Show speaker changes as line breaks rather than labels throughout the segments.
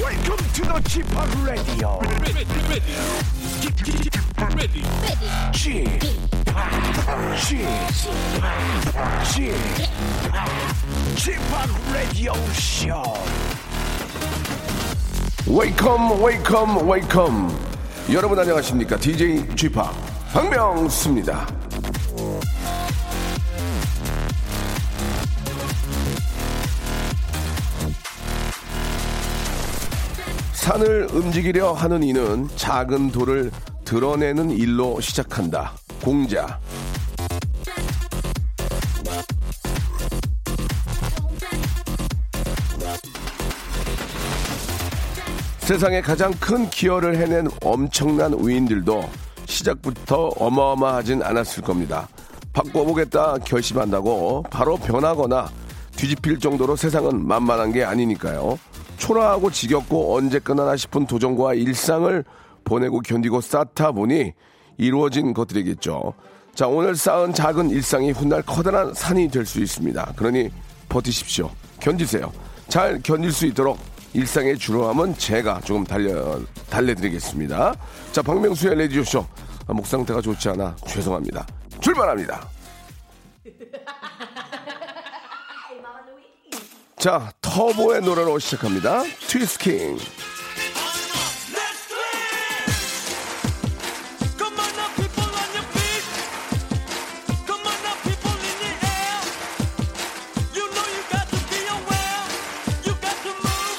Welcome to the Chip Radio.
ready, ready, ready,
Chip, Chip, Chip, Radio Show.
웨이컴 웨이컴 웨이컴 여러분 안녕하십니까 DJ g 파 박명수입니다 산을 움직이려 하는 이는 작은 돌을 드러내는 일로 시작한다 공자 세상에 가장 큰 기여를 해낸 엄청난 우인들도 시작부터 어마어마하진 않았을 겁니다. 바꿔보겠다 결심한다고 바로 변하거나 뒤집힐 정도로 세상은 만만한 게 아니니까요. 초라하고 지겹고 언제 끝나나 싶은 도전과 일상을 보내고 견디고 쌓다 보니 이루어진 것들이겠죠. 자, 오늘 쌓은 작은 일상이 훗날 커다란 산이 될 수 있습니다. 그러니 버티십시오. 견디세요. 잘 견딜 수 있도록 일상의 주로함은 제가 조금 달려, 달래드리겠습니다. 자, 박명수의 레디오쇼. 아, 목 상태가 좋지 않아. 죄송합니다. 출발합니다. 자, 터보의 노래로 시작합니다. 트위스킹.
Let's do it! Come on now, people on your feet. Come on now, people in the air. You know you got to be aware. You got to move.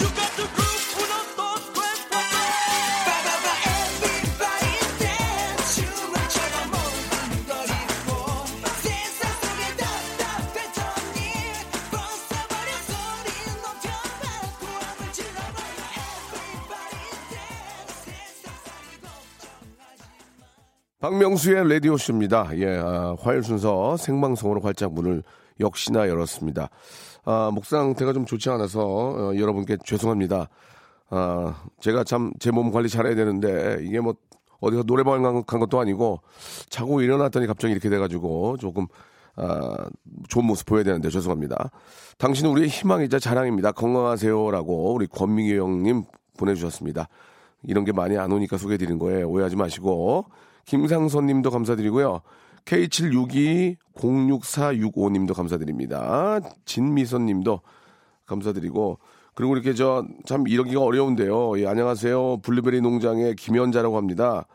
You got to groove. Unos, dos, tres, cuatro. Ba, ba, ba, everybody dance. 춤을 춰라, 몸만 거리고. 세상 속에 답답했던 일 벗어버려 소리 높여봐. 구함을 질러버려. Everybody dance. 세상 속에 걱정하지 마.
박명수의 라디오쇼입니다. 예, 아, 화요일 순서 생방송으로 활짝 문을 역시나 열었습니다. 아, 목 상태가 좀 좋지 않아서 어, 여러분께 죄송합니다. 아, 제가 참 제 몸 관리 잘해야 되는데 이게 뭐 어디서 노래방 간, 간 것도 아니고 자고 일어났더니 갑자기 이렇게 돼가지고 조금 아, 좋은 모습 보여야 되는데 죄송합니다. 당신은 우리의 희망이자 자랑입니다. 건강하세요라고 우리 권민규 형님 보내주셨습니다. 이런 게 많이 안 오니까 소개해드린 거예요. 오해하지 마시고. 김상선 님도 감사드리고요. K762-06465 님도 감사드립니다. 진미선 님도 감사드리고. 그리고 이렇게 저 참 이러기가 어려운데요. 예, 안녕하세요. 블루베리 농장의 김연자라고 합니다.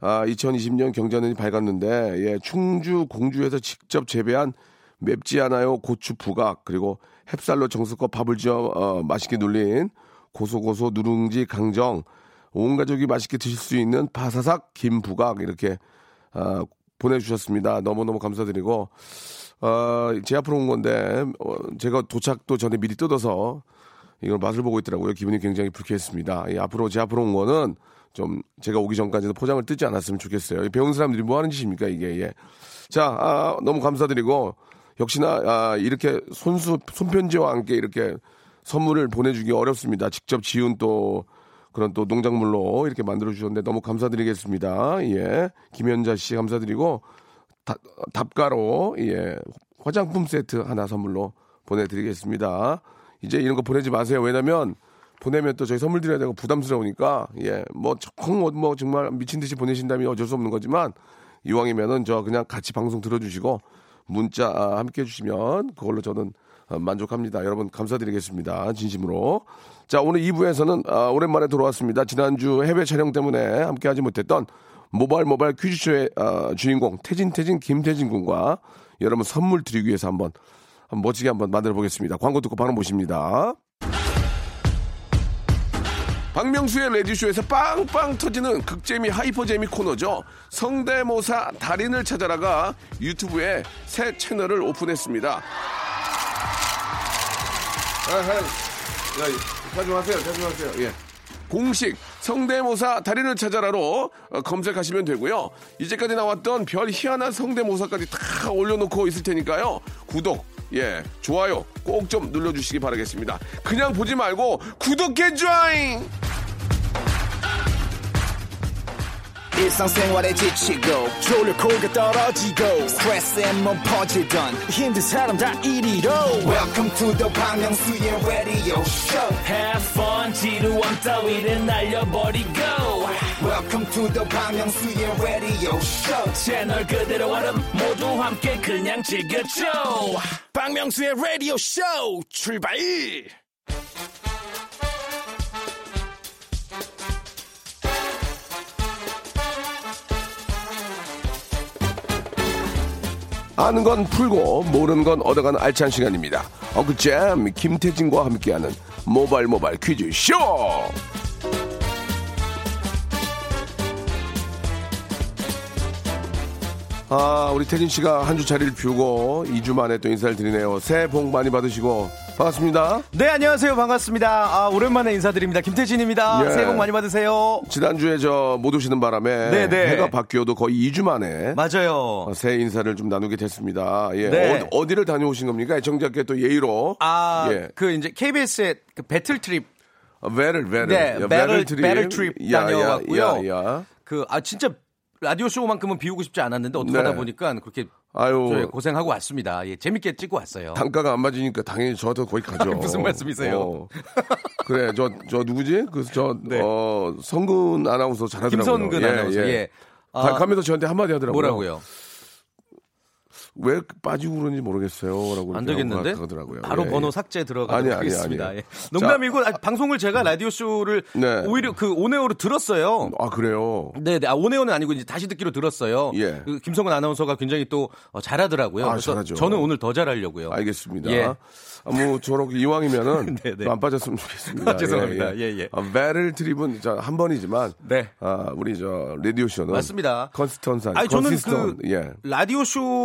아, 2020년 경자년이 밝았는데 예, 충주 공주에서 직접 재배한 맵지 않아요 고추 부각 그리고 햅쌀로 정수껏 밥을 지어 어, 맛있게 눌린 고소고소 누룽지 강정 온 가족이 맛있게 드실 수 있는 바사삭 김 부각 이렇게 아, 보내주셨습니다. 너무너무 감사드리고 아, 제 앞으로 온 건데 어, 제가 도착도 전에 미리 뜯어서 이걸 맛을 보고 있더라고요. 기분이 굉장히 불쾌했습니다. 이 앞으로 제 앞으로 온 거는 좀 제가 오기 전까지는 포장을 뜯지 않았으면 좋겠어요. 이 배운 사람들이 뭐 하는 짓입니까 이게? 예. 자, 아, 너무 감사드리고 역시나 아, 이렇게 손수 손편지와 함께 이렇게 선물을 보내주기 어렵습니다. 직접 지은 또 그런 또 농작물로 이렇게 만들어 주셨는데 너무 감사드리겠습니다. 예, 김현자 씨 감사드리고 다- 답가로 예 화장품 세트 하나 선물로 보내드리겠습니다. 이제 이런 거 보내지 마세요. 왜냐면 보내면 또 저희 선물 드려야 되고 부담스러우니까 예, 예뭐정뭐 뭐 정말 미친 듯이 보내신다면 어쩔 수 없는 거지만 이왕이면은 저 그냥 같이 방송 들어주시고 문자 아, 함께 해주시면 그걸로 저는 어, 만족합니다. 여러분 감사드리겠습니다. 진심으로. 자 오늘 2부에서는 어, 오랜만에 돌아왔습니다. 지난주 해외 촬영 때문에 함께하지 못했던 모발 모발 퀴즈쇼의 아, 주인공 태진 태진 김태진 군과 여러분 선물 드리기 위해서 한번, 한번 멋지게 한번 만들어 보겠습니다. 광고 듣고 바로 모십니다. 박명수의 레디쇼에서 빵빵 터지는 극재미 하이퍼재미 코너죠. 성대모사 달인을 찾아라가 유튜브에 새 채널을 오픈했습니다. 아, 아, 야, 자중하세요, 자중하세요. 예. 공식 성대모사 달인을 찾아라로 어, 검색하시면 되고요. 이제까지 나왔던 별 희한한 성대모사까지 다 올려놓고 있을 테니까요. 구독, 예, 좋아요 꼭 좀 눌러주시기 바라겠습니다. 그냥 보지 말고 구독해 줘잉!
일상생활에 지치고, 졸려 코가 떨어지고, 스트레스에 몸 퍼지던, 힘든 사람 다 이리로. welcome to the Bang Myung-soo's radio show
Have fun 지루함 따위를 날려버리고
welcome to the Bang Myung-soo's radio show
채널 그대로 얼음 모두 함께 그냥 즐겨줘
박명수의 라디오 쇼 출발.
아는 건 풀고 모르는 건 얻어가는 알찬 시간입니다. 엉클잼 김태진과 함께하는 모발 모발 퀴즈 쇼. 아 우리 태진 씨가 한 주 자리를 비우고 2주 만에 또 인사를 드리네요. 새해 복 많이 받으시고 반갑습니다.
네, 안녕하세요. 반갑습니다. 아, 오랜만에 인사드립니다. 김태진입니다.
예.
새해 복 많이 받으세요.
지난주에 저 못 오시는 바람에
네, 네.
해가 바뀌어도 거의 2주 만에
맞아요.
어, 새해 인사를 좀 나누게 됐습니다. 예.
네.
어, 디를 다녀오신 겁니까? 정작께 또 예의로.
아,
예. 어,
그 이제 KBS의 그 배틀 트립
배를 배를
네,
예,
배를- 배를 트립
야, 야,
다녀왔고요.
야, 야.
그 아 진짜 라디오 쇼만큼은 비우고 싶지 않았는데 어떻게 하다
네.
보니까 그렇게
아유.
저희 예, 고생하고 왔습니다. 예, 재밌게 찍고 왔어요.
단가가 안 맞으니까 당연히 저한테 거의 가죠. 어.
무슨 말씀이세요?
그래, 저, 저 누구지? 그, 저,
네.
어, 성근 아나운서 잘하더라고요.
김선근 아나운서. 예.
가-
아,
가면서 저한테 한마디 하더라고요.
뭐라고요?
왜 빠지고 그러는지 모르겠어요. 라고.
안 되겠는데?
그러더라고요.
바로
예,
번호
예.
삭제
아니,
들어가도록
아니,
하겠습니다.
아니.
예. 농담이고 아, 방송을 제가 라디오 쇼를
네.
오히려 그 오네오로 들었어요.
아, 그래요?
네, 네. 아, 오네오는 아니고 이제 다시 듣기로 들었어요.
예.
그 김성근 아나운서가 굉장히 또 어, 잘하더라고요.
아,
그래서
잘하죠.
저는 오늘 더 잘하려고요.
어, 알겠습니다.
예.
아, 뭐 저렇게 이왕이면은
네, 네.
또안 빠졌으면 좋겠습니다.
아, 죄송합니다. 예, 예.
아, 배를 드립은 자, 한 번이지만
네.
아, 우리 저 라디오 쇼는
맞습니다.
컨스턴트
아니 저는 그
컨시스턴. 예.
라디오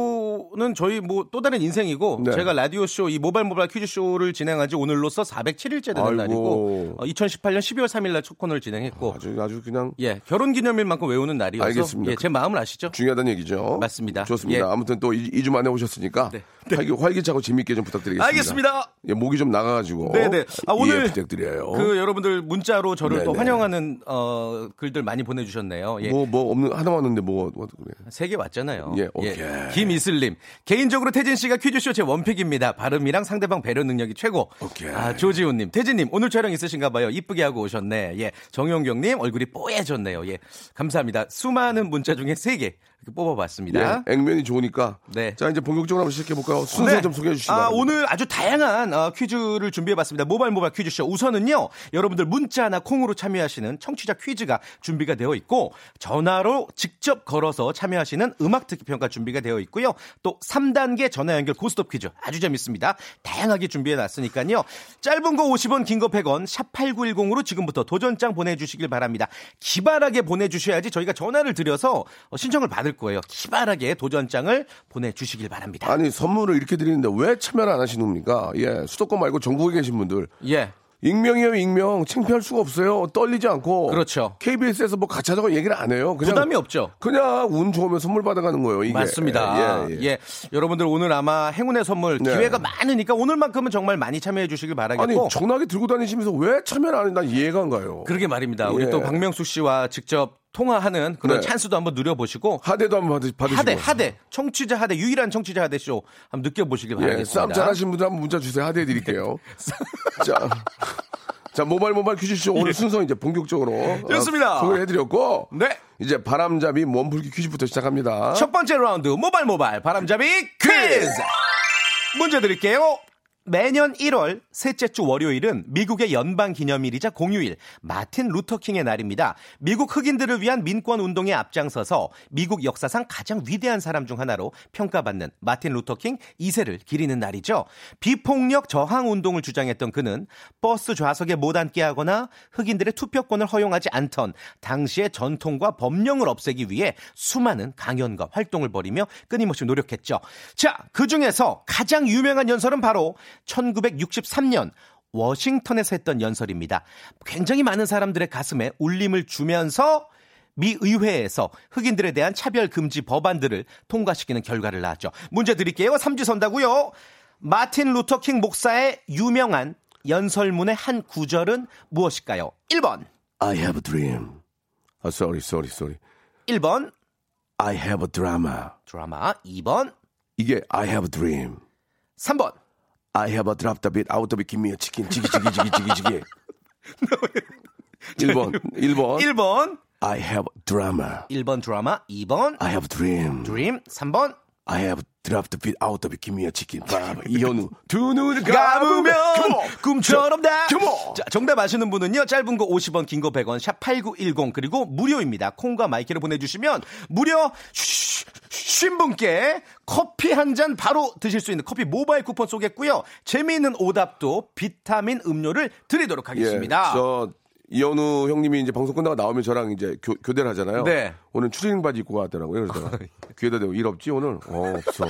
쇼는 저희 뭐 또 다른 인생이고
네.
제가 라디오 쇼 이 모발 모발 퀴즈 쇼를 진행한 지 오늘로써 407일째 되는
아이고.
날이고 어, 2018년 12월 3일 날 첫 코너를 진행했고
아주 아주 그냥
어. 예, 결혼 기념일만큼 외우는 날이어서
알겠습니다.
예, 제 마음을 아시죠?
중요하다는 얘기죠.
맞습니다.
좋습니다.
예.
아무튼 또 2주 만에 오셨으니까
네.
활기, 활기차고 재밌게 좀 부탁드리겠습니다.
알겠습니다.
예, 목이 좀 나가가지고
네, 네. 아, 오늘
이해 부탁드려요.
그 여러분들 문자로 저를
네,
또
어? 네.
환영하는 어, 글들 많이 보내 주셨네요. 예.
뭐, 뭐, 없는, 하나 왔는데 뭐, 뭐 그래.
세 개 왔잖아요.
예, 오케이.
김이슬님 개인적으로 태진 씨가 퀴즈쇼 제 원픽입니다. 발음이랑 상대방 배려 능력이 최고.
오케이.
아 조지훈님, 태진님 오늘 촬영 있으신가봐요. 이쁘게 하고 오셨네. 예, 정용경님 얼굴이 뽀얘졌네요. 예, 감사합니다. 수많은 문자 중에 세 개 뽑아봤습니다.
예, 액면이 좋으니까.
네.
자, 이제 본격적으로 한번 시작해볼까요? 순서
네.
좀 소개해 주시기
아,
바랍니다.
오늘 아주 다양한 어, 퀴즈를 준비해봤습니다. 모발 모발 퀴즈쇼. 우선은요, 여러분들 문자나 콩으로 참여하시는 청취자 퀴즈가 준비가 되어 있고, 전화로 직접 걸어서 참여하시는 음악 듣기 평가 준비가 되어 있고요. 또 3단계 전화 연결 고스톱 퀴즈 아주 재밌습니다. 다양하게 준비해놨으니까요. 짧은 거 50원, 긴 거 100원, 샵8910으로 지금부터 도전장 보내주시길 바랍니다. 기발하게 보내주셔야지 저희가 전화를 드려서 어, 신청을 받을 거예요. 기발하게 도전장을 보내주시길 바랍니다.
아니 선물을 이렇게 드리는데 왜 참여를 안 하시는 겁니까? 예, 수도권 말고 전국에 계신 분들
예.
익명이에요 익명 창피할 수가 없어요 떨리지 않고
그렇죠.
KBS에서 뭐 가차자고 얘기를 안 해요 그냥
부담이 없죠.
그냥 운 좋으면 선물 받아가는 거예요 이게.
맞습니다.
예,
예,
예.
여러분들 오늘 아마 행운의 선물
네.
기회가 많으니까 오늘만큼은 정말 많이 참여해 주시길 바라겠고.
아니 전화기 들고 다니시면서 왜 참여를 안 해? 난 이해가 안 가요
그러게 말입니다. 우리
예.
또 박명수 씨와 직접 통화하는 그런
네.
찬스도 한번 누려보시고
하대도 한번 받으, 받으시고
하대 하대 청취자 하대 유일한 청취자 하대 쇼 한번 느껴보시길
예,
바라겠습니다.
쌈 잘하신 분들 한번 문자 주세요 하대해 드릴게요 자, 자 모발 모발 퀴즈쇼 오늘 순서 이제 본격적으로 어,
좋습니다.
소개해 드렸고
예. 네.
이제 바람잡이 원풀기 퀴즈부터 시작합니다
첫 번째 라운드 모발 모발 바람잡이 퀴즈 문제 드릴게요. 매년 1월 셋째 주 월요일은 미국의 연방 기념일이자 공휴일 마틴 루터킹의 날입니다. 미국 흑인들을 위한 민권 운동에 앞장서서 미국 역사상 가장 위대한 사람 중 하나로 평가받는 마틴 루터킹 2세를 기리는 날이죠. 비폭력 저항 운동을 주장했던 그는 버스 좌석에 못 앉게 하거나 흑인들의 투표권을 허용하지 않던 당시의 전통과 법령을 없애기 위해 수많은 강연과 활동을 벌이며 끊임없이 노력했죠. 자, 그 중에서 가장 유명한 연설은 바로 1963년 워싱턴에서 했던 연설입니다. 굉장히 많은 사람들의 가슴에 울림을 주면서 미 의회에서 흑인들에 대한 차별 금지 법안들을 통과시키는 결과를 낳았죠. 문제 드릴게요. 삼지선다고요. 마틴 루터킹 목사의 유명한 연설문의 한 구절은 무엇일까요? 1번.
I have a dream. 아, sorry, sorry, sorry.
1번
I have a drama.
드라마, 2번,
이게 I have a dream.
3번.
I have a drop the beat, out the beat, give me a chicken. 지기 지기 지기 지기
네.
지기. 1번, 1번.
1번,
I have drama.
1번 드라마, 2번
I have dream.
드림, 3번
I have drop the beat, out the beat, give me a chicken. 밥. 이현우. 두 눈을 감으면. 그,
감으면
Come on.
꿈처럼 다.
Come on.
자, 정답 아시는 분은요. 짧은 거 50원, 긴 거 100원, 샵 8910 그리고 무료입니다. 콩과 마이크를 보내 주시면 무려 50분께 커피 한 잔 바로 드실 수 있는 커피 모바일 쿠폰 쏘겠고요. 재미있는 오답도 비타민 음료를 드리도록 하겠습니다.
예, 저 이현우 형님이 이제 방송 끝나고 나오면 저랑 이제 교, 교대를 하잖아요.
네. 아, 예.
오늘 추리닝 바지 입고 왔더라고요. 그래서 제가 귀에다 대고 일 없지 오늘? 어 없어.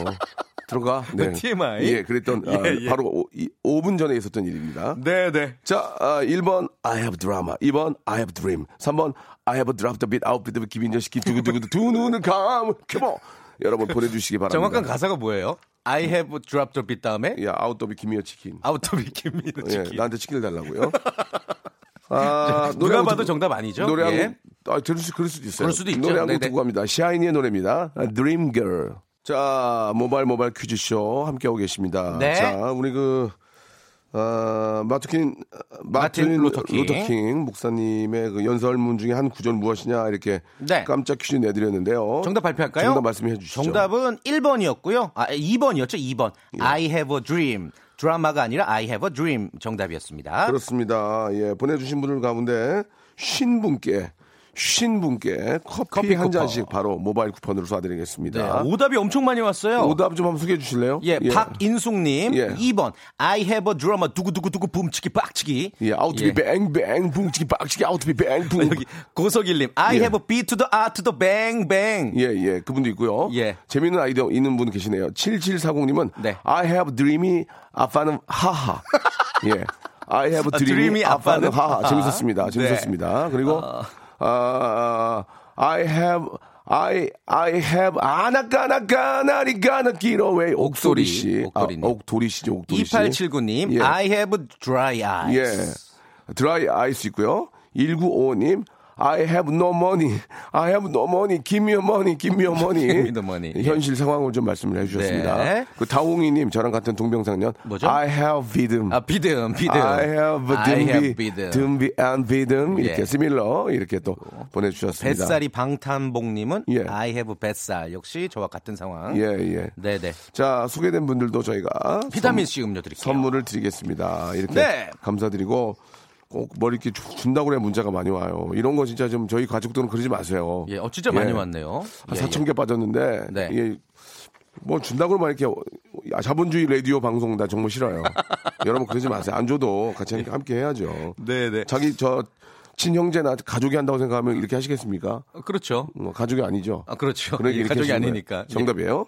들어가. 네.
그 TMI.
예, 그랬던 아,
예, 예.
바로 오, 이, 5분 전에 있었던 일입니다.
네, 네.
자, 아, 1번 I have drama, 2번 I have dream, 3번 I have drop the beat, out the beat, 기빈 자식이 두구두구 두 눈을 감으. 큐버 여러분 보내주시기 바랍니다.
정확한 가사가 뭐예요? I have dropped a bit 다음에
야, 아웃 더비 김이어 치킨.
out of it, give me the
예,
chicken.
나한테 치킨을 달라고요. 아, 노래
누가
한번
봐도
듣고-
정답 아니죠?
노래 한
예.
곡, 아, 들을 수, 그럴 수도 있어요.
그럴 수도 있죠.
노래 한 곡
네네.
듣고 갑니다. 샤이니의 노래입니다. 아, Dream Girl. 자, 모바일 모바일 퀴즈쇼 함께하고 계십니다.
네.
자, 우리 그, 아, 마트킨, 마틴,
마틴 루터킹.
루터킹. 목사님의 그 연설문 중에 한 구절 무엇이냐 이렇게
네.
깜짝 퀴즈 내드렸는데요.
정답 발표할까요?
어? 정답 말씀해 주시죠.
정답은 1번이었고요. 아, 2번이었죠. 2번.
예.
I have a dream. 드라마가 아니라 I have a dream 정답이었습니다.
그렇습니다. 예, 보내주신 분들 가운데 쉰 분께 쉰 분께 커피,
커피
한
쿠폰.
잔씩 바로 모바일 쿠폰으로
네,
쏴드리겠습니다.
오답이 엄청 많이 왔어요.
오답 좀 한번 소개해 주실래요?
예, 박인숙님
예.
2번 I have a drama 두구두구두구 붐치기 빡치기
예, 아웃비
예. 어,
뱅뱅 붕치기 빡치기 아웃비 뱅붕.
여기 고석일님 I
예.
have a beat to the art to the bang bang
예, 예, 그분도 있고요.
예.
재미있는 아이디어 있는 분 계시네요. 7740님은
네.
I have dreamy 아빠는 하하. 예. I have
아,
dreamy,
dreamy
아빠는,
아빠는
하하.
하하. 네.
재밌었습니다. 재밌었습니다. 그리고 아, I have I I have 아나까나까나리까나 길어웨이 옥소리
옥소리,
씨.
옥돌이님.
아, 옥돌이 씨죠, 옥돌이 씨.
2879님
예.
I have dry eyes
예. 드라이 아이스 있고요. 195님. I have no money. I have no money. Give me your money. Give me your money.
Give me the money. 예.
현실 상황을 좀 말씀을 해주셨습니다.
네.
그 다홍이님 저랑 같은 동병상련.
뭐죠?
I have 믿음.
아 비듬 비듬
I have
I have
듬비,
비듬.
듬비 and 믿음 이렇게
예.
스밀러 이렇게 또 보내주셨습니다.
뱃살이 방탄복님은
예.
I have 뱃살 역시 저와 같은 상황.
예 예.
네네.
자 소개된 분들도 저희가
비타민 C 음료 드릴게요.
선물을 드리겠습니다. 이렇게
네.
감사드리고 꼭 뭐 이렇게 주- 준다고 그래 문자가 많이 와요. 이런 거 진짜 좀 저희 가족들은 그러지 마세요.
예, 어 진짜
예.
많이 왔네요.
한
예,
4천 개 빠졌는데
네.
이게 뭐 준다고만 이렇게 야, 자본주의 라디오 방송 나 정말 싫어요. 여러분 그러지 마세요. 안 줘도 같이 함께- 함께 해야죠.
네, 네.
자기 저 친형제나 가족이 한다고 생각하면 이렇게 하시겠습니까?
예. 그렇죠.
어, 가족이 아니죠.
아 그렇죠.
그러니까
예,
이렇게
가족이
하시는 거예요.
아니니까. 예.
정답이에요.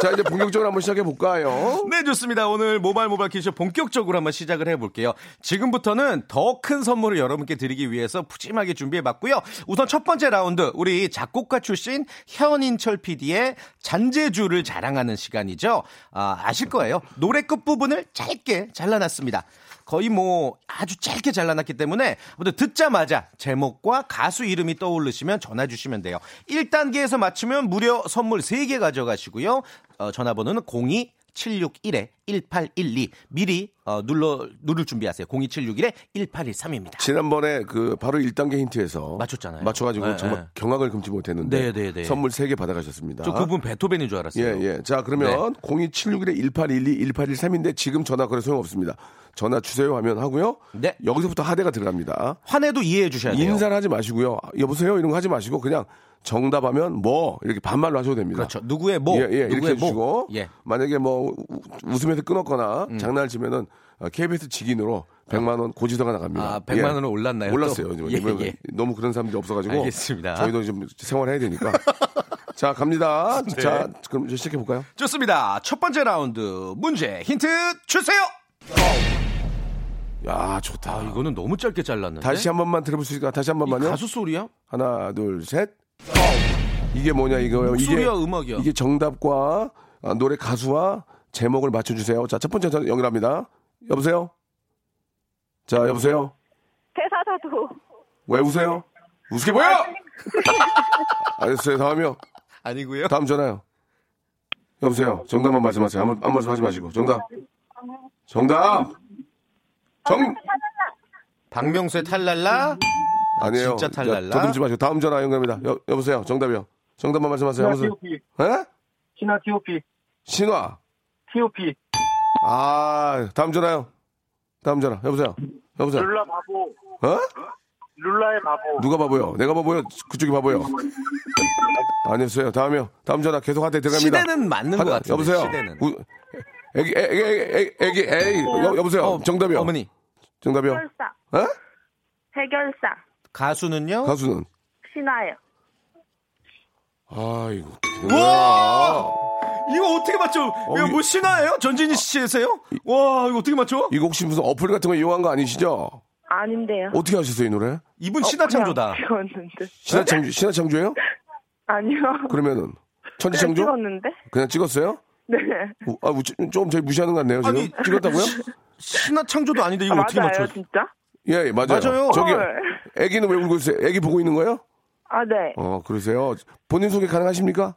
자 이제 본격적으로 한번 시작해 볼까요?
네, 좋습니다. 오늘 모바일 모바일 퀴즈 본격적으로 한번 시작을 해볼게요. 지금부터는 더 큰 선물을 여러분께 드리기 위해서 푸짐하게 준비해봤고요. 우선 첫 번째 라운드, 우리 작곡가 출신 현인철 PD의 잔재주를 자랑하는 시간이죠. 아, 아실 거예요. 노래 끝부분을 짧게 잘라놨습니다. 거의 뭐 아주 짧게 잘라놨기 때문에 아무튼 듣자마자 제목과 가수 이름이 떠오르시면 전화 주시면 돼요. 1단계에서 맞추면 무려 선물 3개 가져가시고요. 어, 전화번호는 02 761-1812 미리 어, 눌러 누를 준비하세요. 02761-1813입니다.
지난번에 그 바로 1단계 힌트에서
맞췄잖아요.
맞춰가지고
네,
정말
네.
경악을 금치 못했는데
네, 네, 네.
선물 3개 받아가셨습니다.
저 그분 네. 베토벤인 줄 알았어요.
예, 예. 자, 그러면 02761-1812, 1813인데 지금 전화 걸어 소용없습니다. 전화 주세요 하면 하고요.
네.
여기서부터 하대가 들어갑니다.
화내도 이해해 주셔야 돼요.
인사를 하지 마시고요. 아, 여보세요? 이런 거 하지 마시고 그냥 정답하면 뭐 이렇게 반말로 하셔도 됩니다.
그렇죠. 누구의 뭐
예, 예, 이렇게
누구의 뭐.
해주시고
예. 음.
만약에 뭐 우- 웃으면서 끊었거나 장난을 치면은 어, KBS 직인으로 100만 원 고지서가 나갑니다. 예.
아, 100만 원은 올랐나요,
올랐어요.
또?
지금.
예,
왜냐면
예.
너무 그런 사람들이 없어가지고
알겠습니다.
저희도 좀 생활해야 되니까. 자 갑니다.
네.
자 그럼 이제 시작해 볼까요?
좋습니다. 첫 번째 라운드 문제 힌트 주세요.
야 좋다.
아, 이거는 너무 짧게 잘랐는데.
다시 한 번만 들어볼 수 있을까? 다시 한
이
번만요.
가수 소리야?
하나 둘 셋. 이게 뭐냐 이거요. 이게
목소리야, 음악이야?
이게 정답과 아, 노래 가수와 제목을 맞춰주세요. 자 첫 번째 전- 연결합니다. 여보세요. 자 여보세요.
대사사도
왜 웃어요? 웃게 보여! 알겠어요. 다음이요.
아, 아니고요.
다음 전화요. 여보세요. 정답만 말씀하세요. 아무, 아무 말씀하지 마시고. 정답. 정답. 정.
박명수의 탈랄라.
아니에요.
진짜 탈랄라?
야, 더듬지 마시고. 다음 전화 연결합니다. 여, 여보세요. 정답이요. 정답만 말씀하세요. 여보세요. 에?
신화 T.O.P.
신화.
T.O.P.
아, 다음 전화요. 다음 전화. 여보세요. 여보세요.
룰라 바보.
어?
룰라의 바보.
누가 바보요? 내가 바보요? 그쪽이 바보요? 아니었어요. 다음이요. 다음 전화 계속 한대 들어갑니다.
시대는 맞는
하-
것 같은데.
여보세요.
시대는.
우- 애기, 애기, 애기, 애기, 애기, 여, 여보세요.
어,
정답이요.
어머니.
정답이요.
해결사.
어?
해결사.
가수는요?
가수는?
신화요.
아이고.
뭐? 우와! 이거 아. 어떻게 맞죠? 이거
이-
뭐 신화예요? 전진희 씨세요? 와, 이거 어떻게 맞죠?
이거 혹시 무슨 어플 같은 거 이용한 거 아니시죠?
아닌데요.
어떻게 하셨어요, 이 노래?
이분 신화 창조다.
그냥 찍었는데.
신화창조, 신화창조예요?
아니요.
그러면은.
그냥
천지창조?
네, 찍었는데.
그냥 찍었어요?
네.
우- 아, 우- 조금 저희 무시하는 것 같네요, 지금.
아니,
찍었다고요?
신화 창조도 아닌데 이거
아,
어떻게
맞아요,
맞죠?
진짜?
예, 예, 맞아요.
맞아요.
저기,
헐.
애기는 왜 울고 있어요? 애기 보고 있는 거예요?
아, 네.
어, 그러세요. 본인 소개 가능하십니까?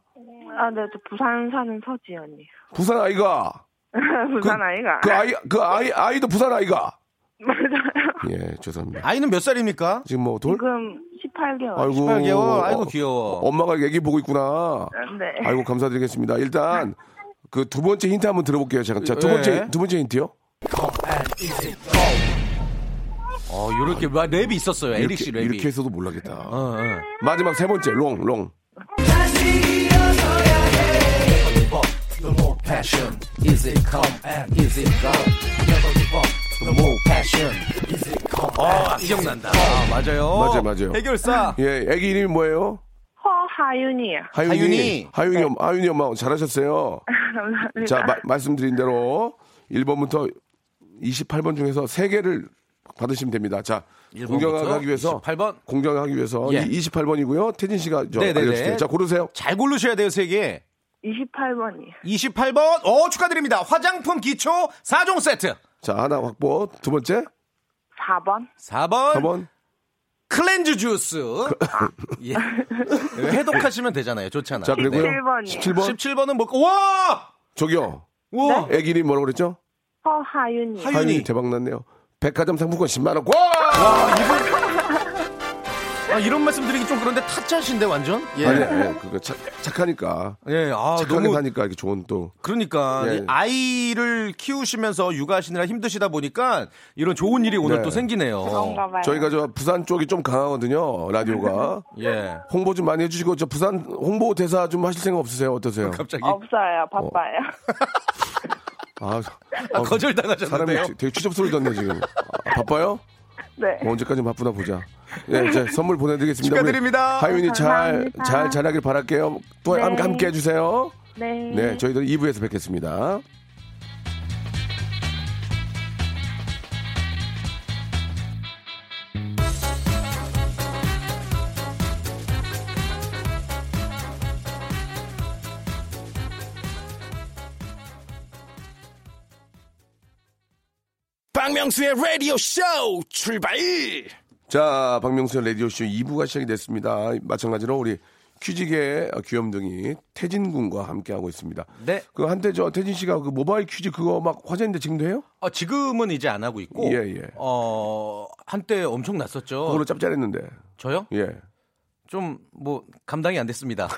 아, 네. 저 부산 사는 서지연이에요.
부산 아이가.
부산 아이가.
그 아이, 그 아이, 아이도 부산 아이가.
맞아요.
예, 죄송합니다.
아이는 몇 살입니까?
지금 뭐 돌?
지금 18개월.
아이고.
18개월.
어,
아이고 귀여워.
엄마가 애기 보고 있구나.
네.
아이고, 감사드리겠습니다. 일단, 그 두 번째 힌트 한번 들어볼게요. 제가. 자, 두
예.
번째, 두 번째 힌트요.
어, 요렇게 와, 랩이 있었어요. 에릭 씨
이렇게,
랩이.
이렇게 해서도 몰라겠다.
어, 어.
마지막 세 번째, 롱, 롱.
아, 기억난다. 아, 맞아요.
맞아요, 맞아요.
해결사.
예, 애기 이름이 뭐예요?
허하윤이요.
하윤이.
하윤이.
하윤이, 엄- 하윤이 엄마 잘하셨어요.
감사합니다.
자, 마- 말씀드린 대로 1번부터 28번 중에서 3개를 받으시면 됩니다. 자,
1번부터
공정하기 위해서
28번.
공정하기 위해서
예.
28번이고요. 태진 씨가 저
네네네.
알려주세요. 자, 고르세요.
잘 고르셔야 돼요, 세 개.
28번이요.
28번. 어, 축하드립니다. 화장품 기초 4종 세트.
자, 하나 확보. 두 번째,
4번.
4번.
4번.
클렌즈 주스. 예. 해독하시면 되잖아요. 좋잖아요. 네.
자, 그리고요.
17번이요.
17번.
17번은 뭐, 와!
저기요.
와!
애기 이름 뭐라고 그랬죠?
허하윤이요.
하윤-
하윤이
하윤이.
대박 났네요. 백화점 상품권 10만 원. 와!
아, 이런 말씀 드리기 좀 그런데 타짜신데, 완전? 예.
아니, 예, 그거 착, 착하니까.
예, 아,
착하게
너무.
사니까 이렇게 좋은 또
그러니까
예.
이 아이를 키우시면서 육아하시느라 힘드시다 보니까 이런 좋은 일이 오늘
네.
또 생기네요.
그런가 봐요.
저희가 저 부산 쪽이 좀 강하거든요. 라디오가.
예.
홍보 좀 많이 해주시고 저 부산 홍보 대사 좀 하실 생각 없으세요? 어떠세요?
갑자기
없어요. 바빠요.
아,
아,
아, 사람이
거절당하셨는데요.
되게 추접스러워 졌네 지금. 아, 바빠요?
네.
뭐 언제까지 바쁘나 보자. 예, 이제 선물 보내드리겠습니다.
축하드립니다.
우리 하윤이 잘,
감사합니다.
잘, 잘하길 바랄게요. 또
네.
함께, 함께 해주세요.
네.
네, 저희들은 2부에서 뵙겠습니다.
박명수의 라디오 쇼 출발!
자, 박명수의 라디오쇼 2부가 시작이 됐습니다. 마찬가지로 우리 퀴즈계의 귀염둥이 태진 군과 함께하고 있습니다.
네.
그 한때 저 태진 씨가 그 모바일 퀴즈 그거 막 화제인데 지금도 해요?
어, 지금은 이제 안 하고 있고
예, 예.
어, 한때 엄청 났었죠.
그걸로 짭짤했는데.
저요?
예.
좀 뭐 감당이 안 됐습니다.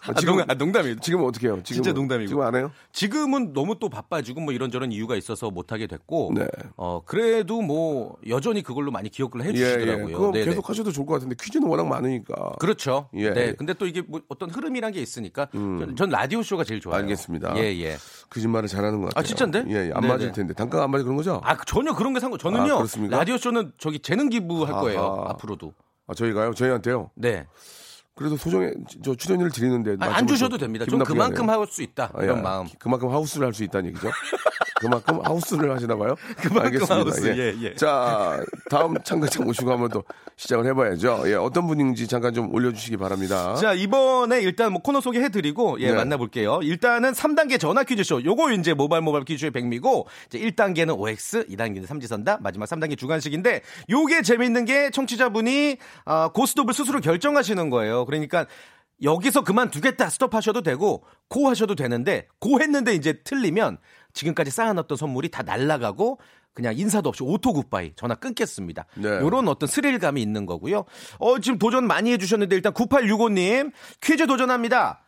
아,
농- 아, 농담이에요.
지금 어떻게 해요? 지금
진짜 농담이고.
지금 안 해요?
지금은 너무 또 바빠지고 뭐 이런저런 이유가 있어서 못 하게 됐고
네.
어, 그래도 뭐 여전히 그걸로 많이 기억을 해
예, 예.
주시더라고요.
그거 계속 하셔도 좋을 것 같은데 퀴즈는 워낙 많으니까.
네, 그렇죠.
예, 예. 음.
네. 근데 또 이게 뭐 어떤 흐름이란 게 있으니까 전, 전 라디오 쇼가 제일 좋아요.
알겠습니다.
예, 예.
거짓말을 잘하는 것 같아요.
아, 진짜인데?
예, 예. 안
네네.
맞을 텐데. 단가가 안 맞을 그런 거죠?
아, 그 전혀 그런 게 상관.
아,
저는요.
그렇습니까?
라디오 쇼는 저기 재능 기부할 거예요.
아하.
앞으로도.
아, 저희가요? 저희한테요?
네.
그래도 소정의 저 출연료를 드리는데
아, 안
마지막으로
주셔도 됩니다.
기분
좀
나쁘게
그만큼
하네요.
할 수 있다.
아,
이런
예.
마음.
그만큼 하우스를 할 수 있다는 얘기죠. 그만큼 하우스를 하시나 봐요.
그만큼
알겠습니다.
하우스, 예, 예.
자, 다음 참가자 모시고 한번 또 시작을 해봐야죠. 예, 어떤 분인지 잠깐 좀 올려주시기 바랍니다.
자, 이번에 일단 뭐 코너 소개해드리고, 예,
네.
만나볼게요. 일단은 3단계 전화 퀴즈쇼. 요거 이제 모바일 모바일 퀴즈의 백미고, 이제 1단계는 OX, 2단계는 삼지선다, 마지막 3단계 주간식인데, 요게 재밌는 게 청취자분이, 아, 고스톱을 스스로 결정하시는 거예요. 그러니까 여기서 그만두겠다 스톱하셔도 되고 고 하셔도 되는데 고 했는데 이제 틀리면 지금까지 쌓아놨던 선물이 다 날라가고 그냥 인사도 없이 오토 굿바이 전화 끊겠습니다.
네.
요런 어떤 스릴감이 있는 거고요. 어 지금 도전 많이 해주셨는데 일단 9865님 퀴즈 도전합니다.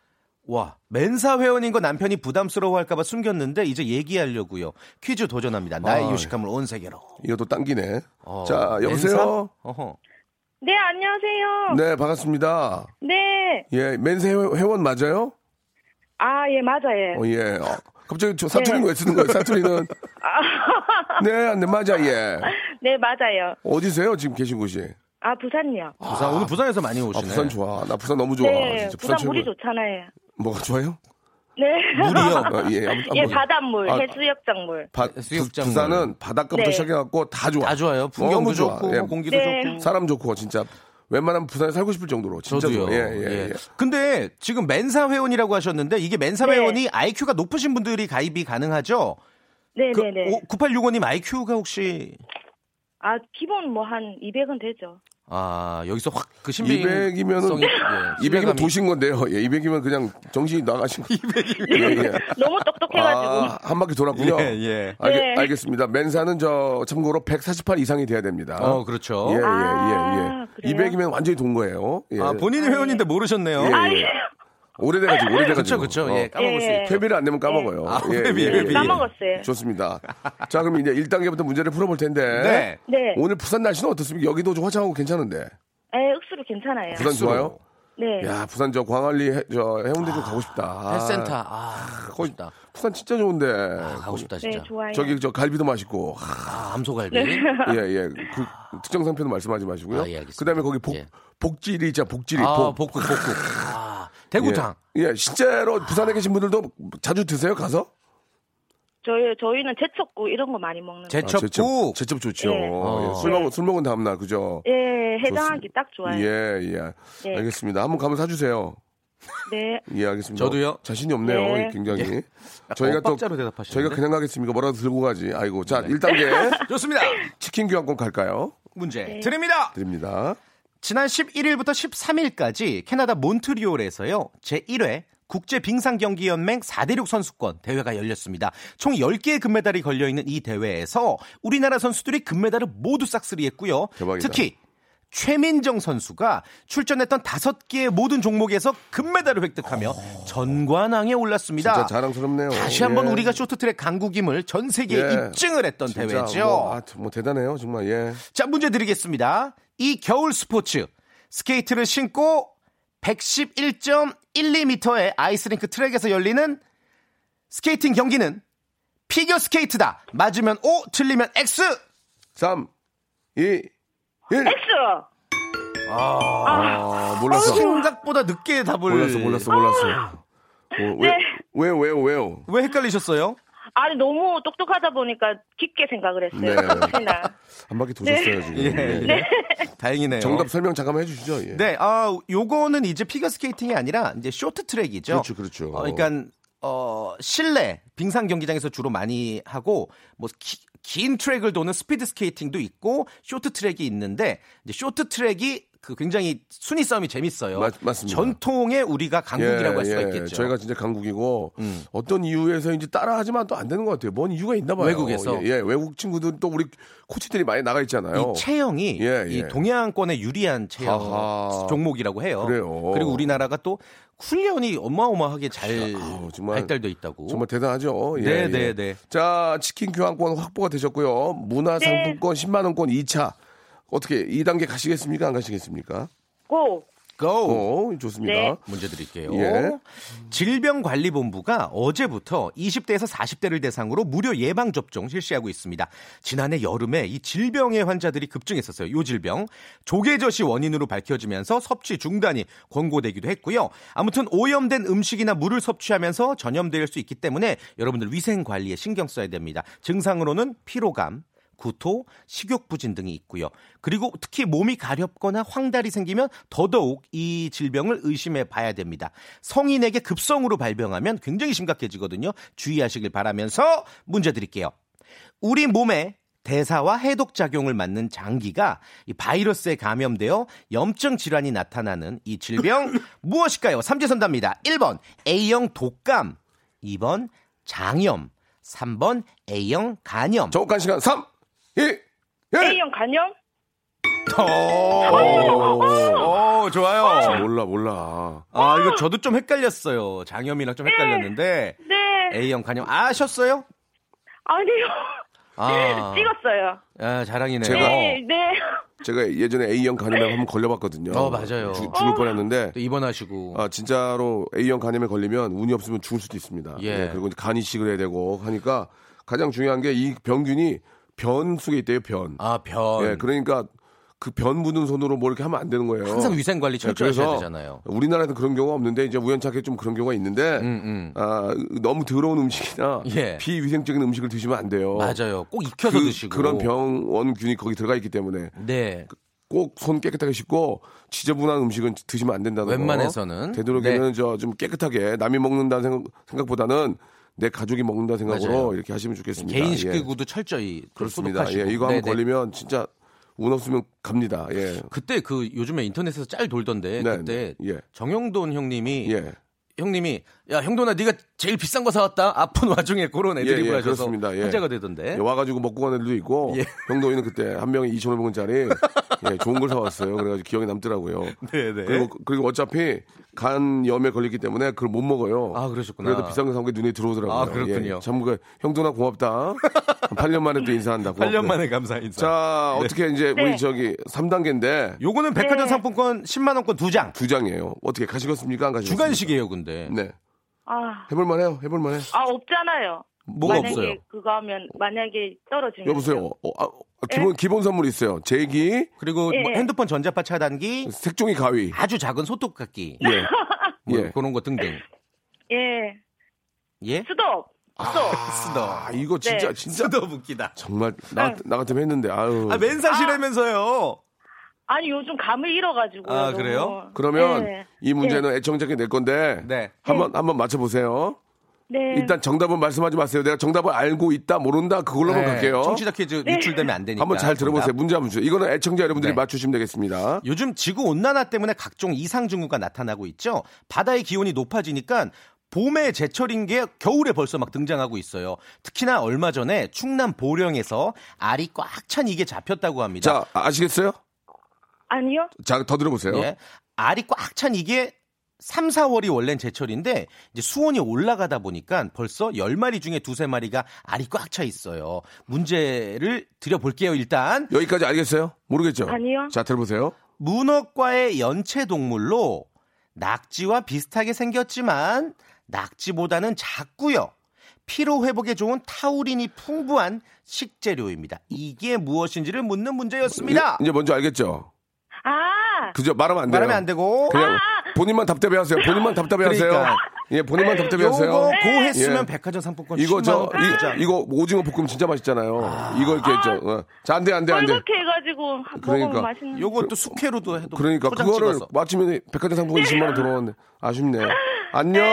와 men사 회원인 거 남편이 부담스러워할까봐 숨겼는데 이제 얘기하려고요. 퀴즈 도전합니다. 나의
아.
유식함을 온 세계로.
이것도 당기네.
어,
자,
맨사?
여보세요?
어허.
네, 안녕하세요.
네, 반갑습니다.
네.
예, 맨세 회- 회원 맞아요?
아, 예, 맞아요.
어, 예. 어, 갑자기 저
네.
사투리는 왜 쓰는 거예요? 사투리는?
아.
네, 네, 맞아, 예.
네, 맞아요.
어디세요? 지금 계신 곳이?
아, 부산요.
부산 오늘 부산에서 많이
아,
오시네.
부산 좋아. 나 부산 너무 좋아.
네,
진짜
부산 물이
최고야.
좋잖아요.
뭐가 좋아요?
네.
물이요.
아, 예, 아무-
예,
아무튼.
바닷물,
아,
해수욕장물.
바-
수욕장물.
부, 산은 바닷가부터
네.
시작해갖고 다 좋아.
다 좋아요. 풍경도
너무 좋아.
좋고
예.
뭐 공기도
네.
좋고.
사람 좋고 진짜 웬만하면 부산에 살고 싶을 정도로 진짜
저도요.
좋아. 예, 예, 예.
근데 지금 맨사 회원이라고 하셨는데 이게 맨사
네.
회원이 IQ가 높으신 분들이 가입이 가능하죠?
네,
그
네, 네.
9865님 IQ가 혹시
아, 기본 뭐 한 200은 되죠.
아 여기서 확 그 예, 신빙
200이면은 200이면 도신 건데요. 예, 200이면 그냥 정신이 나가신 거. 200이면. 예, 예.
너무 똑똑해가지고.
아, 한 바퀴 돌았군요.
예, 예.
알겠,
네.
알겠습니다. 맨사는 저 참고로 148 이상이 돼야 됩니다.
어 그렇죠.
예, 예, 예, 예.
아, 그래요?
200이면 완전히 돈 거예요. 예.
아 본인이 회원인데 모르셨네요.
예, 예. 오래돼가지고, 오래돼가지고.
그렇죠, 그렇죠.
어.
예, 까먹을
예.
수 있죠.
회비를 안 내면 까먹어요. 예,
아, 회비, 회비.
까먹었어요.
좋습니다. 자, 그럼 이제 1단계부터 문제를 풀어볼 텐데.
네.
네.
오늘 부산 날씨는 어떻습니까? 여기도 좀 화창하고 괜찮은데.
에, 억수로 예, 괜찮아요.
부산 좋아요?
네.
야, 부산 저 광안리 해, 저 해운대 좀 가고 싶다.
아, 헬센터 아 가고
거기-
싶다.
부산 진짜 좋은데.
아, 가고 싶다
네,
진짜.
좋아요.
저기 저 갈비도 맛있고.
아 암소갈비.
예, 예. 그 특정 상표는 말씀하지 마시고요.
아, 예, 알겠습니다.
그다음에 거기 복
예.
복지리 있잖아. 복지리.
아
복.
복국 복국. 아 대구탕.
예. 예, 실제로 부산에 계신 분들도 자주 드세요, 가서?
저희, 저희는 제첩구 이런 거 많이 먹는 거.
아,
제첩국. 어.
제첩 좋죠.
예.
예, 술 먹은 술 먹은 다음 날 그죠?
예, 해당하기 딱 좋아요.
예, 예.
예.
알겠습니다. 한번 가면 사주세요.
네.
예, 알겠습니다.
저도요.
자신이 없네요,
예.
굉장히. 저희가 또,
엇박자로 어, 대답하시는데? 네.
저희가 그냥 가겠습니까? 뭐라도 들고 가지. 아이고. 자, 1단계.
좋습니다.
치킨 교환권 갈까요?
문제 드립니다.
드립니다.
지난 11일부터 13일까지 캐나다 몬트리올에서요. 제1회 국제 빙상 경기 연맹 4대륙 선수권 대회가 열렸습니다. 총 10개의 금메달이 걸려 있는 이 대회에서 우리나라 선수들이 금메달을 모두 싹쓸이했고요.
대박이다.
특히 최민정 선수가 출전했던 5개의 모든 종목에서 금메달을 획득하며 전관왕에 올랐습니다.
어. 진짜 자랑스럽네요.
다시 한번
예.
우리가 쇼트트랙 강국임을 전 세계에
예.
입증을 했던
진짜
대회죠.
뭐, 아, 뭐 대단해요, 정말. 예.
자, 문제 드리겠습니다. 이 겨울 스포츠. 스케이트를 신고 111.12m의 아이스링크 트랙에서 열리는 스케이팅 경기는 피겨 스케이트다. 맞으면 O, 틀리면 X.
3, 2, 1.
엑스!
아, 몰랐어.
생각보다 늦게 답을
몰랐어, 몰랐어, 몰랐어. 어, 왜, 왜요, 왜요, 왜요?
왜 헷갈리셨어요?
아니, 너무 똑똑하다 보니까 깊게 생각을
네.
했어요. 혹시나.
한 바퀴 도셨어요, 지금. 예.
다행이네요.
정답 설명 잠깐만 해주시죠. 예.
네, 아, 요거는 이제 피겨 스케이팅이 아니라 이제 쇼트 트랙이죠.
그렇죠, 그렇죠.
어, 그러니까 어, 실내 빙상 경기장에서 주로 많이 하고 뭐 긴 트랙을 도는 스피드 스케이팅도 있고 쇼트 트랙이 있는데 이제 쇼트 트랙이 그 굉장히 순위 싸움이 재밌어요.
맞- 맞습니다.
전통의 우리가 강국이라고 할 수가 있겠죠.
예,
음.
저희가 진짜 강국이고 어떤 이유에서 이제 따라하지만 또 안 되는 것 같아요. 뭔 이유가 있나 봐요.
외국에서.
예, 예, 외국 친구들 또 우리 코치들이 많이 나가 있잖아요.
이 체형이
예, 예.
이 동양권에 유리한 체형
아하.
종목이라고 해요.
그래요.
리고 우리나라가 또 훈련이 어마어마하게 잘
아우, 정말-
발달돼 있다고.
정말 대단하죠. 예,
네,
예.
네, 네.
자, 치킨 교환권 확보가 되셨고요. 문화상품권 10만 원권 2차 어떻게 2단계 가시겠습니까? 안 가시겠습니까?
고!
고!
오, 좋습니다.
네.
문제 드릴게요.
예.
질병관리본부가 어제부터 20대에서 40대를 대상으로 무료 예방접종 실시하고 있습니다. 지난해 여름에 이 질병의 환자들이 급증했었어요. 요 질병. 조개젖이 원인으로 밝혀지면서 섭취 중단이 권고되기도 했고요. 아무튼 오염된 음식이나 물을 섭취하면서 전염될 수 있기 때문에 여러분들 위생관리에 신경 써야 됩니다. 증상으로는 피로감, 구토, 식욕 부진 등이 있고요. 그리고 특히 몸이 가렵거나 황달이 생기면 더더욱 이 질병을 의심해 봐야 됩니다. 성인에게 급성으로 발병하면 굉장히 심각해지거든요. 주의하시길 바라면서 문제 드릴게요. 우리 몸에 대사와 해독 작용을 맡는 장기가 이 바이러스에 감염되어 염증 질환이 나타나는 이 질병 무엇일까요? 삼지선답니다. 1번 A형 독감, 2번 장염, 3번 A형 간염.
정확한 시간 예! 3, 2, 1.
A형 간염?
오,
오, 좋아요.
몰라, 몰라.
아, 이거 저도 좀 헷갈렸어요. 장염이랑 좀 헷갈렸는데
네.
A형 간염 아셨어요?
아니요.
아,
찍었어요.
아, 자랑이네요.
제가-
네, 네.
제가 예전에 A형 간염에 한번 걸려봤거든요.
어, 맞아요.
죽- 죽을 뻔했는데.
또 입원하시고
아, 진짜로 A형 간염에 걸리면 운이 없으면 죽을 수도 있습니다.
예.
예, 그리고 이제 간 이식을 해야 되고 하니까 가장 중요한 게 이 변균이 변 속에 있대요, 변.
아, 변.
예, 그러니까 그 변 묻은 손으로 뭐 이렇게 하면 안 되는 거예요.
항상 위생 관리
예,
철저하셔야
그래서
되잖아요.
우리나라에는 그런 경우가 없는데 이제 우연찮게 좀 그런 경우가 있는데
음, 음.
아, 너무 더러운 음식이나
예.
비위생적인 음식을 드시면 안 돼요.
맞아요. 꼭 익혀서
그,
드시고.
그런 병원균이 거기 들어가 있기 때문에
네.
꼭 손 깨끗하게 씻고 지저분한 음식은 드시면 안 된다는
웬만해서는. 네.
거. 되도록이면 저 좀 깨끗하게 남이 먹는다는 생각, 생각보다는 내 가족이 먹는다 생각으로
맞아요.
이렇게 하시면 좋겠습니다.
개인
예.
식기구도 철저히
그렇습니다.
소독하시고.
예, 이거 한번
네네.
걸리면 진짜 운 없으면 갑니다. 예.
그때 그 요즘에 인터넷에서 짤 돌던데
네,
그때
네, 예.
정영돈 형님이
예.
형님이 야 형돈아 네가 제일 비싼 거 사왔다 아픈 와중에 그런 애들이
예, 예,
보여줘서
그렇습니다. 예.
화제가 되던데
예, 와가지고 먹고 가는 애들도 있고
예.
형도이는 그때 한 명에 2,500원짜리 예, 좋은 걸 사왔어요. 그래가지고 기억에 남더라고요.
네네.
그리고 그리고 어차피 간염에 걸리기 때문에 그걸 못 먹어요.
아, 그러셨구나.
그래도 비싼 거 사온 게 눈에 들어오더라고요.
아, 그렇군요.
예, 참 그, 형도나 고맙다. 8년 만에 또 인사한다. 고맙다.
8년 만에 감사 인사
자 어떻게 이제 우리
네.
저기 3단계인데
요거는 백화점 상품권 10만 원권 두 장
두 장이에요. 어떻게 가시겠습니까? 안 가시겠습니까?
주간식이에요 근데
네.
아,
해볼만해요. 해볼만해.
아 없잖아요.
뭐가
만약에
없어요
그거 하면 만약에 떨어지면
여보세요. 어, 아, 아, 기본 기본 선물 있어요. 제기,
그리고 뭐
예.
핸드폰 전자파 차단기
색종이 가위.
아주 작은 소독깎기
예.
뭐
예.
그런 거 등등
예.
예
수도.
아, 이거 진짜
네.
진짜
웃기다
정말 나, 나 같으면 했는데 아유.
아 맨사시라면서요
아니 요즘 감을 잃어가지고.
아, 그래요?
그러면
네.
이 문제는 애청자께 낼 건데
네.
한번 한번 맞춰보세요.
네.
일단 정답은 말씀하지 마세요. 내가 정답을 알고 있다 모른다 그걸로만 갈게요.
네. 청취자 퀴즈
네.
유출되면 안 되니까
한번 잘 들어보세요. 문제 한번 주세요. 이거는 애청자 여러분들이
네.
맞추시면 되겠습니다.
요즘 지구 온난화 때문에 각종 이상 증후가 나타나고 있죠. 바다의 기온이 높아지니까 봄의 제철인 게 겨울에 벌써 막 등장하고 있어요. 특히나 얼마 전에 충남 보령에서 알이 꽉 찬 이게 잡혔다고 합니다.
자 아시겠어요?
아니요.
자 더 들어보세요.
예. 알이 꽉 찬 이게 3, 4월이 원래는 제철인데 이제 수온이 올라가다 보니까 벌써 10마리 중에 두세 마리가 알이 꽉 차 있어요. 문제를 드려볼게요, 일단.
여기까지 알겠어요? 모르겠죠?
아니요.
자 들어보세요.
문어과의 연체 동물로 낙지와 비슷하게 생겼지만 낙지보다는 작고요. 피로 회복에 좋은 타우린이 풍부한 식재료입니다. 이게 무엇인지를 묻는 문제였습니다.
이- 이제 먼저 알겠죠?
아.
그죠? 말하면 안 돼요.
말하면 안 되고
예. 그냥 본인만 답답해하세요. 본인만 답답해하세요.
그러니까.
예, 본인만 답답해하세요.
요거 고 했으면
예.
백화점
아,
상품권
이거
10만
저
원 주자.
이, 거 오징어 볶음 진짜 맛있잖아요. 이거 이렇게 저 어. 자, 안 돼, 안 돼, 안 돼.
빨갛게 해가지고
그러니까.
먹으면 맛있는.
요것도 숙회로도 해도
그러니까
포장
그거를
찍어서.
맞추면 백화점 상품권 20만 원 들어왔는데 아쉽네. 안녕.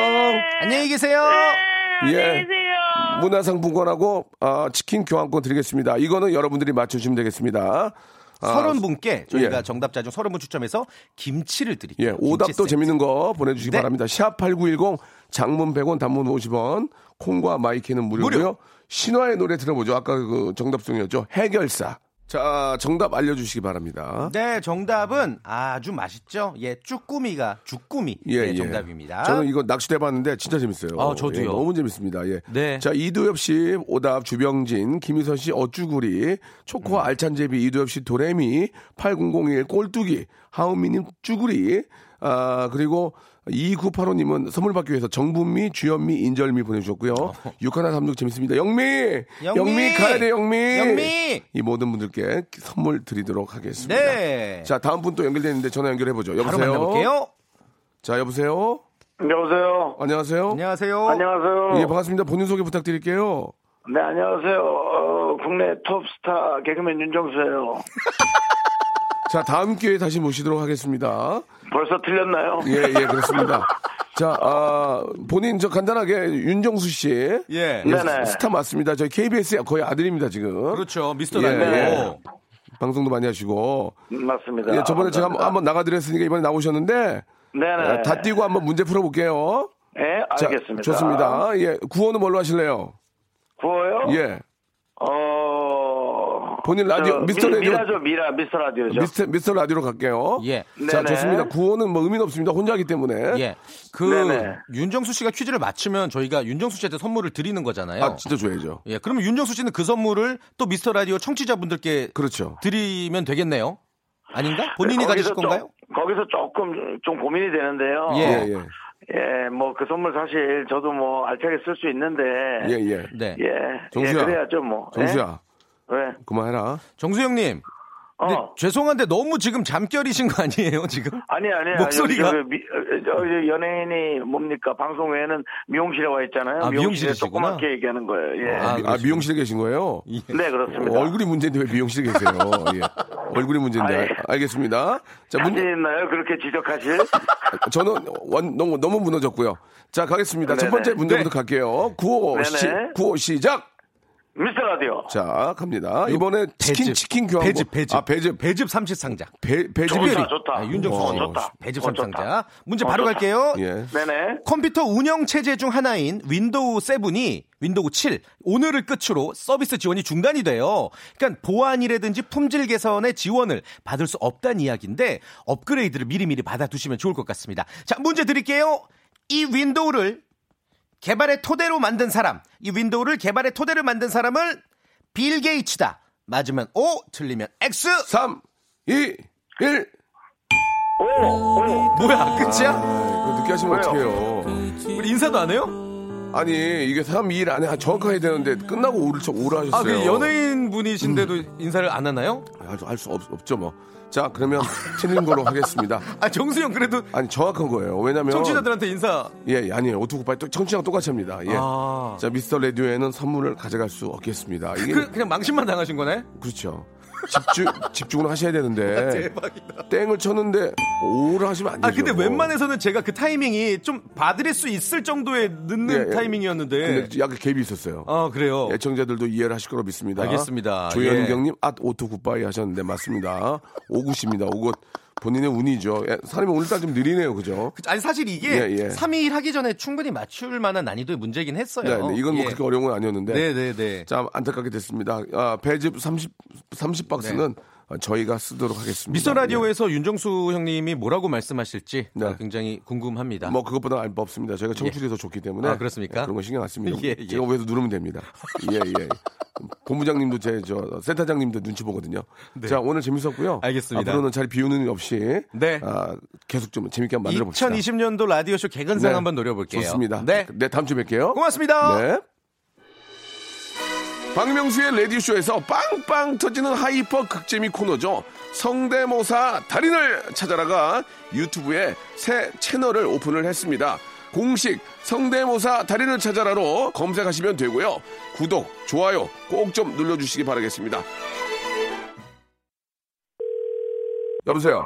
안녕히 계세요.
네,
예.
안녕히 계세요.
문화상품권하고 아, 치킨 교환권 드리겠습니다. 이거는 여러분들이 맞춰주시면 되겠습니다. 아,
서른 분께 저희가
예.
정답자 중 서른 분 추첨해서 김치를 드릴게요.
예, 오답도
김치 세트.
재밌는 거 보내주시기
네.
바랍니다. 샵8910 장문 100원 단문 50원 콩과 마이키는 무료고요.
무료.
신화의 노래 들어보죠. 아까 그 정답송이었죠. 해결사. 자, 정답 알려주시기 바랍니다.
네, 정답은 아주 맛있죠. 예, 쭈꾸미가 주꾸미 예, 정답입니다.
저는 이거 낚시해 봤는데 진짜 재밌어요.
아, 저도요.
예, 너무 재밌습니다. 예.
네.
자, 이두엽 씨 오답 주병진, 김희선 씨 어쭈구리, 초코와
음.
알찬제비 이두엽 씨 도레미, 8001 꼴뚜기, 하은미님 쭈구리. 아, 그리고 2985님은 선물 받기 위해서 정분미, 주현미, 인절미 보내주셨고요.
어.
6136 재밌습니다. 영미!
영미!
가야 돼, 영미!
영미!
이 모든 분들께 선물 드리도록 하겠습니다.
네.
자, 다음 분 또 연결됐는데 전화 연결해보죠.
바로
여보세요?
만나볼게요.
자, 여보세요?
여보세요.
안녕하세요.
안녕하세요.
안녕하세요.
예, 반갑습니다. 본인 소개 부탁드릴게요.
네, 안녕하세요. 어, 국내 톱스타 개그맨 윤정수예요.
자, 다음 기회에 다시 모시도록 하겠습니다.
벌써 틀렸나요?
예, 예, 그렇습니다. 자, 아, 본인 저 간단하게 윤정수 씨.
예.
예,
네네.
스타 맞습니다. 저희 KBS의 거의 아들입니다, 지금.
그렇죠. 미스터
예,
라디오.
방송도 많이 하시고.
음, 맞습니다.
예, 저번에 제가 한번,
네, 감사합니다.
한번 나가드렸으니까 이번에 나오셨는데.
네네.
아, 다 띄고 한번 문제 풀어볼게요.
예,
자,
알겠습니다.
좋습니다. 예, 구호는 뭘로 하실래요?
구워요?
예.
어.
본인 라디오,
저,
미스터
미,
라디오.
미라죠, 미라, 미스터 라디오죠.
미스터, 미스터 라디오로 갈게요.
예.
자,
네네.
좋습니다. 구호는 뭐 의미는 없습니다. 혼자 하기 때문에.
예. 그
네네.
윤정수 씨가 퀴즈를 맞추면 저희가 윤정수 씨한테 선물을 드리는 거잖아요.
아, 진짜 줘야죠.
예. 그러면 윤정수 씨는 그 선물을 또 미스터 라디오 청취자분들께
그렇죠.
드리면 되겠네요. 아닌가? 본인이
거기서
가지실
좀-
건가요?
거기서 조금 좀 고민이 되는데요.
예.
예, 예.
예, 뭐 그 선물 사실 저도 뭐 알차게 쓸 수 있는데.
예, 예.
네.
예.
정수야.
예, 그래야죠, 뭐. 예?
정수야,
왜?
그만해라.
정수 형님. 근데
어.
죄송한데 너무 지금 잠결이신 거 아니에요, 지금?
아니, 아니, 아니.
목소리가-
저기 미- 어, 저기 연예인이 뭡니까? 방송 외에는 미용실이라고 했잖아요.
아,
미용실에
미용실이시구나.
조그맣게 얘기하는 거예요.
아,
예.
아,
그러시구나.
미용실에 계신 거예요?
네, 그렇습니다.
얼굴이 문제인데 왜 미용실에 계세요? 예. 얼굴이 문제인데.
아, 예.
알- 알겠습니다. 자, 문,
자신 있나요? 그렇게 지적하실?
저는 원, 너무, 너무 무너졌고요. 자, 가겠습니다. 첫
네네.
번째 문제부터 갈게요. 구호,
네네.
시, 구호 시작!
미스터 라디오.
자, 갑니다. 이번에 치킨,
배즙.
치킨 교환.
배즙, 배즙.
아, 배즙.
배즙 삼십 상자.
배, 배즙이.
좋다, 좋다.
아, 윤정수
어,
씨.
좋다.
배즙
어,
삼십
좋다.
상자. 문제
어,
바로
좋다.
갈게요.
예.
네네.
컴퓨터 운영 체제 중 하나인 윈도우 7이 윈도우 7 오늘을 끝으로 서비스 지원이 중단이 돼요. 그러니까 보안이라든지 품질 개선의 지원을 받을 수 없다는 이야기인데 업그레이드를 미리미리 받아두시면 좋을 것 같습니다. 자, 문제 드릴게요. 이 윈도우를 개발의 토대로 만든 사람, 이 윈도우를 개발의 토대로 만든 사람을 빌 게이츠다. 맞으면 O, 틀리면 X.
3, 2, 1.
오, 오.
뭐야, 끝이야?
아, 늦게 하시면 어떡해요.
우리 인사도 안 해요?
아니, 이게 3, 2, 1 안에 정확하게 되는데 끝나고 오를 척 오라 하셨어요. 아,
아, 그 연예인 분이신데도 인사를 안 하나요?
할수 없죠, 뭐. 자, 그러면 틀린 걸로 하겠습니다.
아, 정수 형 그래도
아니, 정확한 거예요. 왜냐면.
청취자들한테 인사.
예, 아니에요. 오토쿠파이 청취랑 똑같이 합니다. 예.
아.
자, 미스터 레디오에는 선물을 가져갈 수 없겠습니다. 이게
그, 그냥 망신만 당하신 거네?
그렇죠. 집중 집중을 하셔야 되는데
아, 대박이다.
땡을 쳤는데 오를 하시면 안
아,
되죠. 어.
근데 웬만해서는 제가 그 타이밍이 좀 봐드릴 수 있을 정도의 늦는
예, 예.
타이밍이었는데.
근데 예. 약간 갭이 있었어요.
아, 그래요?
애청자들도 이해를 하실 거로 믿습니다.
알겠습니다. 예.
조현경님 앗 오토 굿바이 하셨는데 맞습니다. 오굿입니다. 오굿 본인의 운이죠. 예, 사람이 오늘따라 좀 느리네요, 그죠?
그- 아니, 사실 이게
예, 예.
3일 하기 전에 충분히 맞출 만한 난이도의 문제긴 했어요.
네, 네, 이건 뭐
예.
그렇게 어려운 건 아니었는데
네네네.
참 안타깝게 됐습니다. 아, 배즙 30 30 박스는 저희가 쓰도록 하겠습니다.
네. 미스터 라디오에서 윤정수 형님이 뭐라고 말씀하실지
네.
굉장히 궁금합니다.
예. 뭐 그것보다 알바 없습니다. 저희가 청출이 더 좋기 때문에
예. 아, 그렇습니까?
예, 그런 거 신경 안 씁니다.
예, 예.
제가 위에서 누르면 됩니다. 예 예. 본부장님도 제 저 센터장님도 눈치 보거든요. 자 오늘 재밌었고요.
네. 알겠습니다.
앞으로는 잘 비우는 일 없이
네.
아, 계속 좀 재밌게 한번 만들어 봅시다. 네.
2020년도 라디오쇼 개근상 한번 노려볼게요.
좋습니다.
네.
네 다음 주에 뵐게요.
고맙습니다.
네. 박명수의 레디쇼에서 빵빵 터지는 하이퍼 극재미 코너죠. 성대모사 달인을 찾아라가 유튜브에 새 채널을 오픈을 했습니다. 공식 성대모사 달인을 찾아라로 검색하시면 되고요. 구독, 좋아요 꼭 좀 눌러주시기 바라겠습니다. 여보세요.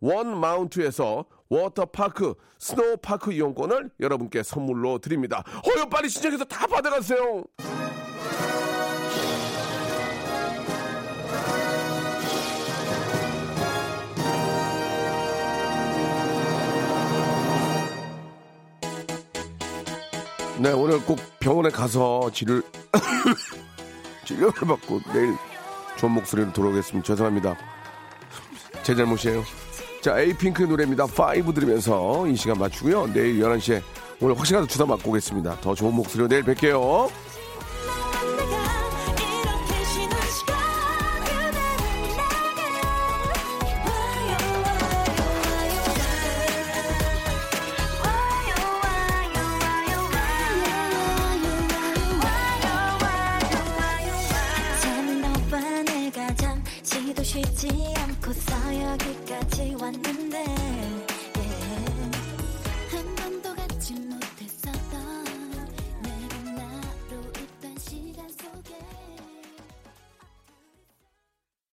원 마운트에서 워터파크, 스노우파크 이용권을 여러분께 선물로 드립니다. 허여 빨리 신청해서 다 받아가세요. 네, 오늘 꼭 병원에 가서 치료 치료를 받고 내일 좋은 목소리로 돌아오겠습니다. 죄송합니다. 제 잘못이에요. 자, 에이핑크 노래입니다. 5 들으면서 이 시간 맞추고요. 내일 11시에 오늘 확실하게 주사 맞고 오겠습니다. 더 좋은 목소리로 내일 뵐게요.
너와 내가 잠시도 쉬지 않고서 여기까지 왔네